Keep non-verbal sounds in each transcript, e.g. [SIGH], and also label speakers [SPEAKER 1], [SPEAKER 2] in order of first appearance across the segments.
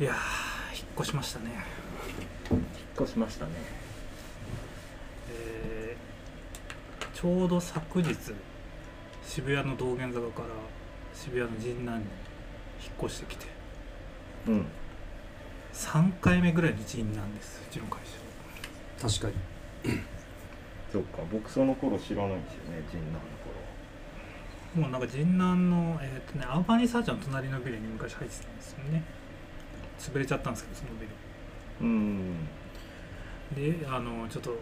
[SPEAKER 1] いやー引っ越しましたね
[SPEAKER 2] 引っ越しましたね
[SPEAKER 1] えーちょうど昨日渋谷の道玄坂から渋谷の神南に引っ越してきて
[SPEAKER 2] うん
[SPEAKER 1] 3回目ぐらいの神南ですうちの会社
[SPEAKER 3] 確かに
[SPEAKER 2] そっか僕その頃知らないんですよね神南の
[SPEAKER 1] もうなんか神南のえーっ、とねアンファニーサーチャーの隣のビルに昔入ってたんですよね潰れちゃったんですけどそのビル
[SPEAKER 2] 頃うん
[SPEAKER 1] であのちょっと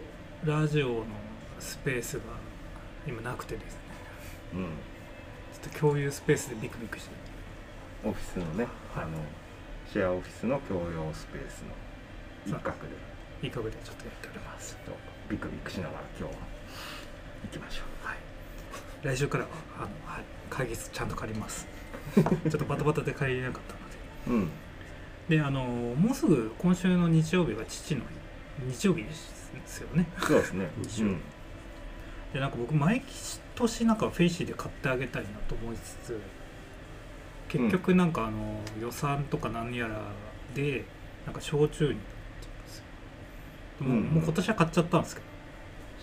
[SPEAKER 1] ラジオのスペースが今なくてですね
[SPEAKER 2] うん
[SPEAKER 1] ちょっと共有スペースでビクビクして
[SPEAKER 2] オフィスのね、
[SPEAKER 1] はい
[SPEAKER 2] あのシェアオフィスの共用スペースの一角で
[SPEAKER 1] いいかげでちょっとやっております
[SPEAKER 2] ちょっとビクビクしながら今日は行きましょ
[SPEAKER 1] はい来週からはあの、はい、会議室ちゃんと借ります
[SPEAKER 2] [LAUGHS]
[SPEAKER 1] ちょっとバタバタで借りれなかったの
[SPEAKER 2] ううん
[SPEAKER 1] でであのもうすぐ今週の日曜日が父の日日曜日ですよね
[SPEAKER 2] そうです [LAUGHS] ね
[SPEAKER 3] 一緒
[SPEAKER 2] うん
[SPEAKER 1] でなんか僕毎年なんかフェイシーで買ってあげたいなと思いつつ結局なんかあの予算とか何やらでなんか焼酎になってますよでも,、
[SPEAKER 2] うん
[SPEAKER 1] もう今年は買っちゃったんですけど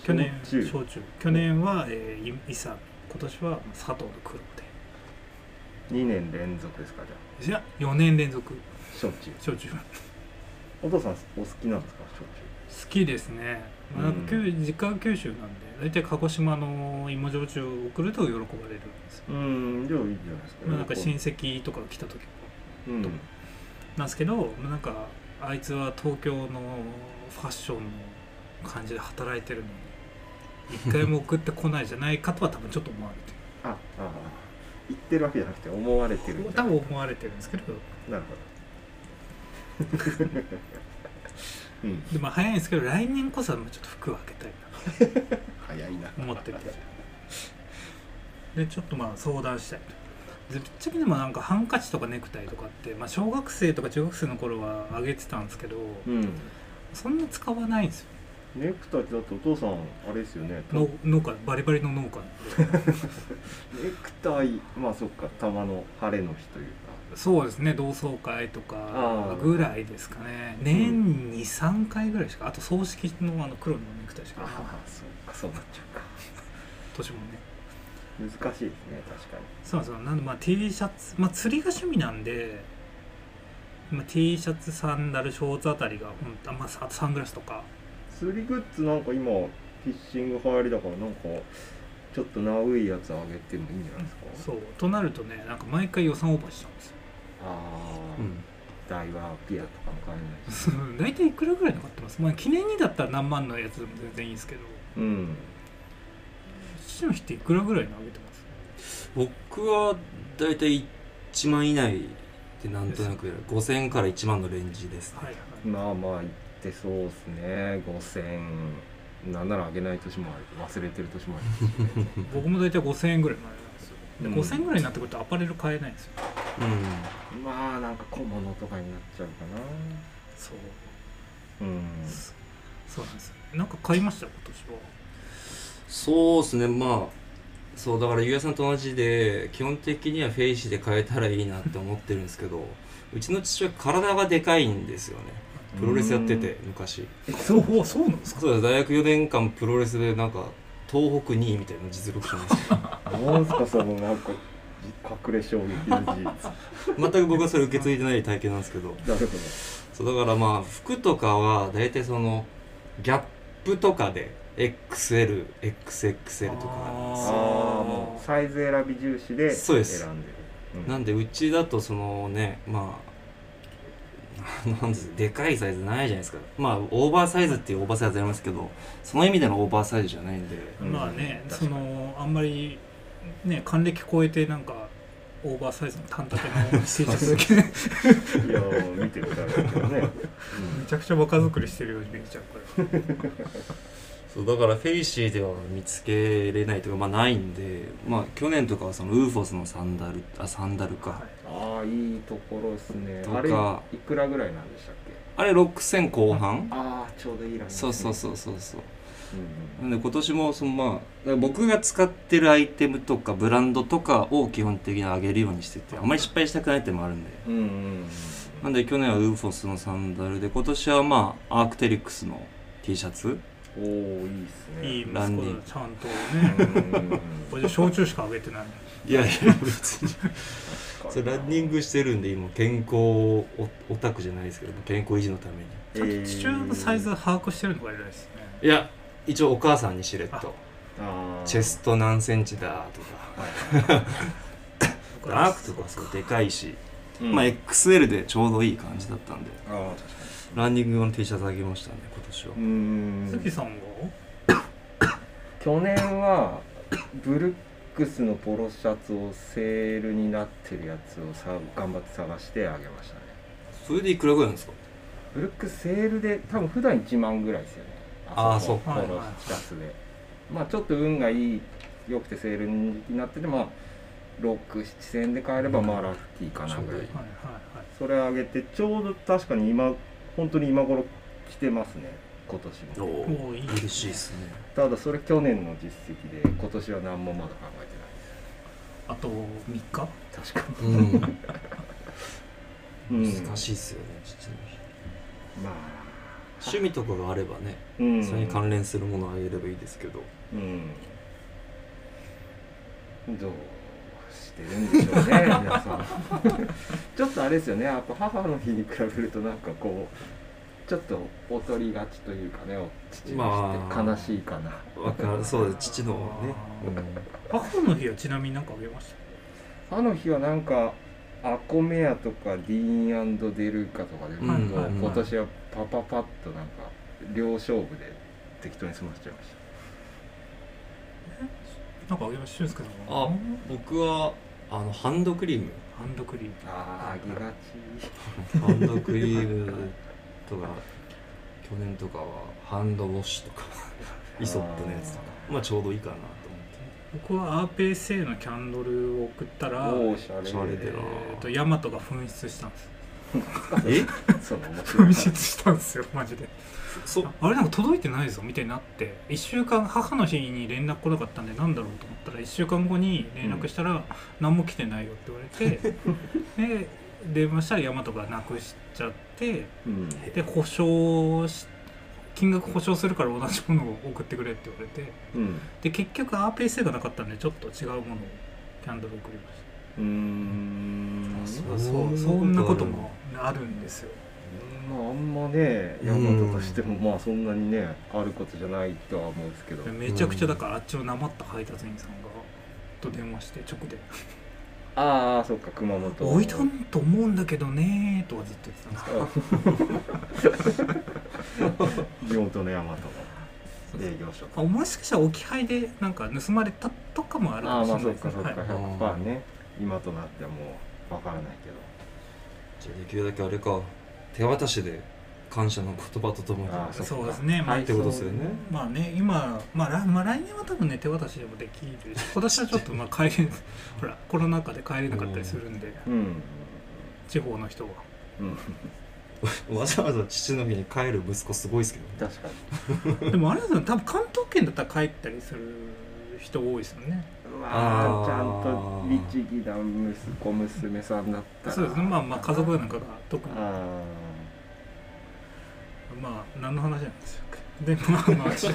[SPEAKER 1] 去年
[SPEAKER 2] 焼
[SPEAKER 1] 焼酎
[SPEAKER 2] 酎
[SPEAKER 1] 去年は、えー、い伊佐美今年は佐藤の黒
[SPEAKER 2] 2年連続ですかじゃ
[SPEAKER 1] でいや4年連続
[SPEAKER 2] あ焼酎
[SPEAKER 1] 焼酎好
[SPEAKER 2] お父さんお好きなんですか焼
[SPEAKER 1] きですね、まあ
[SPEAKER 2] うん
[SPEAKER 1] きゅう実家が九州なんで大体鹿児島の芋焼酎を送ると喜ばれるんですよ、
[SPEAKER 2] 酎うんじゃあいいじゃないですか、
[SPEAKER 1] まあ、なんか親戚とかが来た時も
[SPEAKER 2] うん
[SPEAKER 1] なんですけどまあなんかあいつは東京のファッションの感じで働いてるのに一回も送ってこないじゃないかとは多分ちょっと思われてる
[SPEAKER 2] あああ言ってるわけじゃなくて思われ [LAUGHS] てるみた
[SPEAKER 1] 多
[SPEAKER 2] い
[SPEAKER 1] 分思われてるんですけど
[SPEAKER 2] ななるほど [LAUGHS] うん
[SPEAKER 1] でまあ早いんですけど来年こそはちょっと服を開けたいな
[SPEAKER 2] 早いな
[SPEAKER 1] と思ってて [LAUGHS] でちょっとまあ相談したいとでぶっちゃけでもなんかハンカチとかネクタイとかって、まあ、小学生とか中学生の頃はあげてたんですけど
[SPEAKER 2] うん
[SPEAKER 1] そんな使わないんですよ
[SPEAKER 2] ネクタイだってお父さんあれですよね
[SPEAKER 1] の農家バリバリの農家なんで
[SPEAKER 2] ネクタイまあそっか玉の晴れの日という
[SPEAKER 1] そうですね同窓会と
[SPEAKER 2] あ
[SPEAKER 1] か
[SPEAKER 2] ー
[SPEAKER 1] ぐらいですかね年に23回ぐらいしかあと葬式のあの黒のネクタイし
[SPEAKER 2] か
[SPEAKER 1] かない
[SPEAKER 2] そうかそうなっちゃうか
[SPEAKER 1] 年もね
[SPEAKER 2] 難しいですね確か
[SPEAKER 1] そうそうなんでまあ T シャツまあ釣りが趣味なんで、まあ、T シャツサンダルショーツあたりがほんとあまあさあとサングラスとか
[SPEAKER 2] に釣りグッズなんか今フィッシング流行りだからなんかちょっとナウいやつあげてもいいんじゃないですか、
[SPEAKER 1] そうとなるとねなんか毎回予算オーバーしちゃうんですよ [LAUGHS]
[SPEAKER 2] ああ、
[SPEAKER 3] うん
[SPEAKER 2] ダイワーピアとかも買えないし
[SPEAKER 1] そう大体いくらぐらいの買ってますまあ記念にだったら何万のやつでも全然いいんですけど
[SPEAKER 2] うん
[SPEAKER 1] 父の日っていくらぐらいのあげてます
[SPEAKER 3] 僕は大体1万以内でなんとなくやる5000円から1万のレンジですね、
[SPEAKER 1] はいはい
[SPEAKER 2] まあまあいってそうですね5000なんならあげない年もある忘れてる年もあるし
[SPEAKER 1] 僕も大体5000円ぐらいのあれなんですよで
[SPEAKER 2] うん
[SPEAKER 1] 5000円ぐらいになってくるとアパレル買えないんですよ
[SPEAKER 2] まあなんか小物とかになっちゃうかな
[SPEAKER 1] そう
[SPEAKER 2] うん
[SPEAKER 1] そうなんですよなんか買いました今年は
[SPEAKER 3] うんそうですねまあそうだからゆうやさんと同じで基本的にはフェイシーで変えたらいいなって思ってるんですけどうちの父親体がでかいんですよねプロレスやってて昔
[SPEAKER 1] そうおそうなんですか
[SPEAKER 3] そうだ大学4年間プロレスでなんか東北2位みたいな実力者なん [LAUGHS] ですよ
[SPEAKER 2] なんすかそのなんか隠れ衝撃の事実な
[SPEAKER 3] 全く僕はそれ受け継いでない体験なんですけど
[SPEAKER 2] るほど
[SPEAKER 3] そうだからまあ服とかは大体そのギャップとかで XLXXL とかなんで
[SPEAKER 2] あ
[SPEAKER 3] すよ
[SPEAKER 2] あもうサイズ選び重視で
[SPEAKER 3] そう
[SPEAKER 2] 選ん
[SPEAKER 3] で
[SPEAKER 2] でするうん
[SPEAKER 3] なんでうちだとそのねまあなんですでかいサイズないじゃないですかまあオーバーサイズっていうオーバーサイズありますけどその意味でのオーバーサイズじゃないんで
[SPEAKER 2] うん
[SPEAKER 1] まあね、
[SPEAKER 2] 確か
[SPEAKER 1] そ
[SPEAKER 2] に
[SPEAKER 1] のあんまりね還暦超えてなんかオーバーサイズの短丈の
[SPEAKER 2] [LAUGHS]
[SPEAKER 1] T シャツだけね
[SPEAKER 2] いやー見てるだろうけどね、
[SPEAKER 1] めちゃくちゃ若作りしてるように見えちゃう
[SPEAKER 2] [LAUGHS]
[SPEAKER 1] から
[SPEAKER 3] そうだからフェイシーでは見つけれないというかまあないんでまあ去年とかはそのウーフォスのサンダルあサンダルか、
[SPEAKER 1] はい
[SPEAKER 2] うん、ああいいところですね
[SPEAKER 3] とか
[SPEAKER 2] あれいくらぐらいなんでしたっけ
[SPEAKER 3] あれ6000後半、
[SPEAKER 2] ああちょうどいいラインです
[SPEAKER 3] そう
[SPEAKER 2] ね
[SPEAKER 3] そうそうそうそう
[SPEAKER 2] うん
[SPEAKER 3] なんで今年もそのまあだから僕が使ってるアイテムとかブランドとかを基本的に上げるようにしててあんまり失敗したくないっていうのもあるんで
[SPEAKER 2] うんうんうんうん
[SPEAKER 3] なんで去年はウーフォスのサンダルで今年はまあアークテリックスの T シャツ
[SPEAKER 2] おおいいっすね
[SPEAKER 1] いい息子
[SPEAKER 3] ラ
[SPEAKER 1] だ
[SPEAKER 3] ンディ
[SPEAKER 1] ちゃんと
[SPEAKER 2] う
[SPEAKER 1] ね
[SPEAKER 2] ん
[SPEAKER 1] 俺焼酎しかあげて
[SPEAKER 2] [LAUGHS]
[SPEAKER 1] ない
[SPEAKER 3] いやいや別に
[SPEAKER 2] 確か
[SPEAKER 3] [LAUGHS] そ
[SPEAKER 2] に
[SPEAKER 3] れランニングしてるんで今健康オオタクじゃないですけど健康維持のために
[SPEAKER 1] ちゃんと父親のサイズ把握してるのが偉いですね
[SPEAKER 3] いや一応お母さんにしれっと
[SPEAKER 2] あー
[SPEAKER 3] チェスト何センチだとかダークとかそうでかいし、
[SPEAKER 2] うん
[SPEAKER 3] まあ XL でちょうどいい感じだったんで
[SPEAKER 2] あー確か
[SPEAKER 3] ランニング用の T シャツあげましたね今年は
[SPEAKER 2] にうー
[SPEAKER 1] 杉
[SPEAKER 2] ん
[SPEAKER 1] さんは
[SPEAKER 2] 去年はブルックスのポロシャツをセールになってるやつをさ頑張って探してあげましたね
[SPEAKER 3] それでいくらぐらいなんですか
[SPEAKER 2] ブルックスセールで多分普段1万ぐらいですよね
[SPEAKER 3] あー
[SPEAKER 2] そこ
[SPEAKER 3] そ
[SPEAKER 1] っか
[SPEAKER 2] ポロシャツでまあちょっと運がいい良くてセールになっててまあ67000円で買えればまあラッキーかなぐらい
[SPEAKER 1] はいはいはい
[SPEAKER 2] それ上げてちょうど確かに今本当に今頃来てますね今年も
[SPEAKER 3] お
[SPEAKER 1] ー
[SPEAKER 3] お
[SPEAKER 1] 嬉
[SPEAKER 3] 嬉
[SPEAKER 1] し
[SPEAKER 3] し
[SPEAKER 1] い
[SPEAKER 3] い
[SPEAKER 1] で
[SPEAKER 3] ですすね
[SPEAKER 2] ただそれ去年の実績で今年は何もまだ考えてない
[SPEAKER 1] あと3日
[SPEAKER 2] 確か
[SPEAKER 3] うん
[SPEAKER 2] に
[SPEAKER 3] 難し
[SPEAKER 2] い
[SPEAKER 3] いっすよね父の日
[SPEAKER 2] まあ
[SPEAKER 3] 趣味とかがあればね、
[SPEAKER 2] うん
[SPEAKER 3] それに関連するものをあげればいいですけど
[SPEAKER 2] うんどうしてるんでしょうね [LAUGHS] 皆さんちょっとあれですよねやっぱ母の日に比べるとなんかこうちょっと劣りがちというかね父の日って
[SPEAKER 3] まあ
[SPEAKER 2] 悲しいかな、
[SPEAKER 3] わかるそうです父のね、
[SPEAKER 1] 母の日はちなみに何かあげました
[SPEAKER 2] あの日はなんかアコメアとかディーンデルーカとかで、
[SPEAKER 3] うん
[SPEAKER 2] なんか
[SPEAKER 1] はいはいはい
[SPEAKER 2] 今年はパパパッとなんか両勝負で適当に済ませちゃいまし
[SPEAKER 1] なんかあげました俊介さん
[SPEAKER 3] あ
[SPEAKER 1] は
[SPEAKER 3] 僕はあのハンドクリーム
[SPEAKER 1] ハンドクリーム
[SPEAKER 2] たあああげがち
[SPEAKER 3] ハンドクリームとか去年とかはハンドウォッシュ [LAUGHS] とかイソップのやつとかまあちょうどいいかなと思っ
[SPEAKER 1] 僕は RPSA のキャンドルを送ったら
[SPEAKER 2] おおしゃれ
[SPEAKER 3] しゃれ
[SPEAKER 1] え
[SPEAKER 3] てる
[SPEAKER 1] ーとヤマトが紛失したんです
[SPEAKER 3] てえ
[SPEAKER 2] その面白い
[SPEAKER 1] 紛失したんですよマジで
[SPEAKER 3] そ
[SPEAKER 1] あれなんか届いてないぞみたいになって1週間母の日に連絡来なかったんでなんだろうと思ったら1週間後に連絡したら何も来てないよって言わ [LAUGHS] れてで電話したらヤマトがなくしちゃって
[SPEAKER 2] うん
[SPEAKER 1] で保証し金額保証するから同じものを送ってくれって言われて
[SPEAKER 2] うん
[SPEAKER 1] で結局 RPSA がなかったんでちょっと違うものをキャンドル送りまし
[SPEAKER 2] うーん
[SPEAKER 3] あそう
[SPEAKER 1] たそうそんなこともあるんですよ
[SPEAKER 2] まああんまね
[SPEAKER 3] うん
[SPEAKER 2] 山田としてもまあそんなにねあることじゃないとは思うんですけど
[SPEAKER 1] めちゃくちゃだからあっちのなまった配達員さんがと電話して直で
[SPEAKER 2] ああそっか熊
[SPEAKER 1] 「
[SPEAKER 2] 本
[SPEAKER 1] 置いたんと思うんだけどね」とはずっと言ってたんですけど
[SPEAKER 2] あ地元の大和の営業所
[SPEAKER 1] あもしかしたら置き配でなんか盗まれたとかもあるか
[SPEAKER 2] ああ
[SPEAKER 1] もしれ
[SPEAKER 2] まあ
[SPEAKER 1] ない
[SPEAKER 2] そ
[SPEAKER 1] で
[SPEAKER 2] っ
[SPEAKER 1] す
[SPEAKER 2] か
[SPEAKER 1] ね
[SPEAKER 2] そっか
[SPEAKER 1] はい
[SPEAKER 2] 100%ね今となってはもうわからないけど
[SPEAKER 3] じゃあできるだけあれか手渡しで感謝の言葉とともに
[SPEAKER 2] ああそっか
[SPEAKER 1] そうですねまあ
[SPEAKER 2] はい
[SPEAKER 3] ってことですよね
[SPEAKER 1] まあね今、まあ、らまあ来年は多分ね手渡しでもできるし今年はちょっとまあ帰れ [LAUGHS] ほらコロナ禍で帰れなかったりするんで
[SPEAKER 2] うん
[SPEAKER 1] 地方の人は
[SPEAKER 2] うん
[SPEAKER 3] わざわざ父の日に帰る息子すごいですけどね
[SPEAKER 2] 確かに
[SPEAKER 1] でもあれですよね多分関東圏だったら帰ったりする人多いですよね
[SPEAKER 2] ま
[SPEAKER 3] あ
[SPEAKER 2] あ
[SPEAKER 3] ー
[SPEAKER 2] ちゃんと律儀な息子娘さんだったら
[SPEAKER 1] そうですねまあまあ家族なんかが特に
[SPEAKER 2] あ
[SPEAKER 1] まあ何の話なんですよでまあまあ父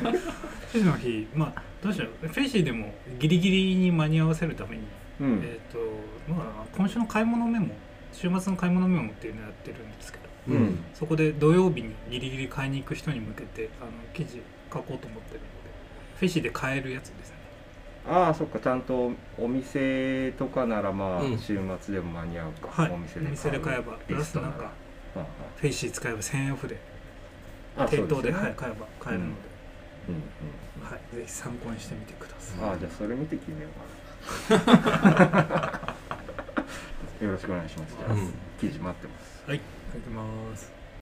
[SPEAKER 1] の日まあどうしようフェイシーでもギリギリに間に合わせるために、
[SPEAKER 2] ーうん
[SPEAKER 1] えっ、とまあ今週の買い物メモ週末の買い物メモっていうのをやってるんですけど
[SPEAKER 2] うん
[SPEAKER 1] そこで土曜日にギリギリ買いに行く人に向けてあの記事書こうと思ってるのでフェイシーで買えるやつですね
[SPEAKER 2] ああそっかちゃんとお店とかならまあ
[SPEAKER 3] うん
[SPEAKER 2] 週末でも間に合うか、
[SPEAKER 1] はい
[SPEAKER 2] お店
[SPEAKER 1] お
[SPEAKER 2] で
[SPEAKER 1] 店で買えばプ
[SPEAKER 2] リ
[SPEAKER 1] ラ
[SPEAKER 2] ス
[SPEAKER 1] ス
[SPEAKER 2] ト
[SPEAKER 1] な
[SPEAKER 2] なんら
[SPEAKER 1] か
[SPEAKER 2] ああ
[SPEAKER 1] フェイシー使えば1000円オフで
[SPEAKER 2] ああ
[SPEAKER 1] 店頭で
[SPEAKER 2] そうすよね
[SPEAKER 1] はい、買えば買えるので、
[SPEAKER 2] うんうん
[SPEAKER 1] はい、ぜひ参考にしてみてください
[SPEAKER 2] ああじゃあそれ見て決めよう [LAUGHS] かなよろしくお願いしますじゃあ、
[SPEAKER 3] うん
[SPEAKER 2] 記事待ってます
[SPEAKER 1] はい、書きます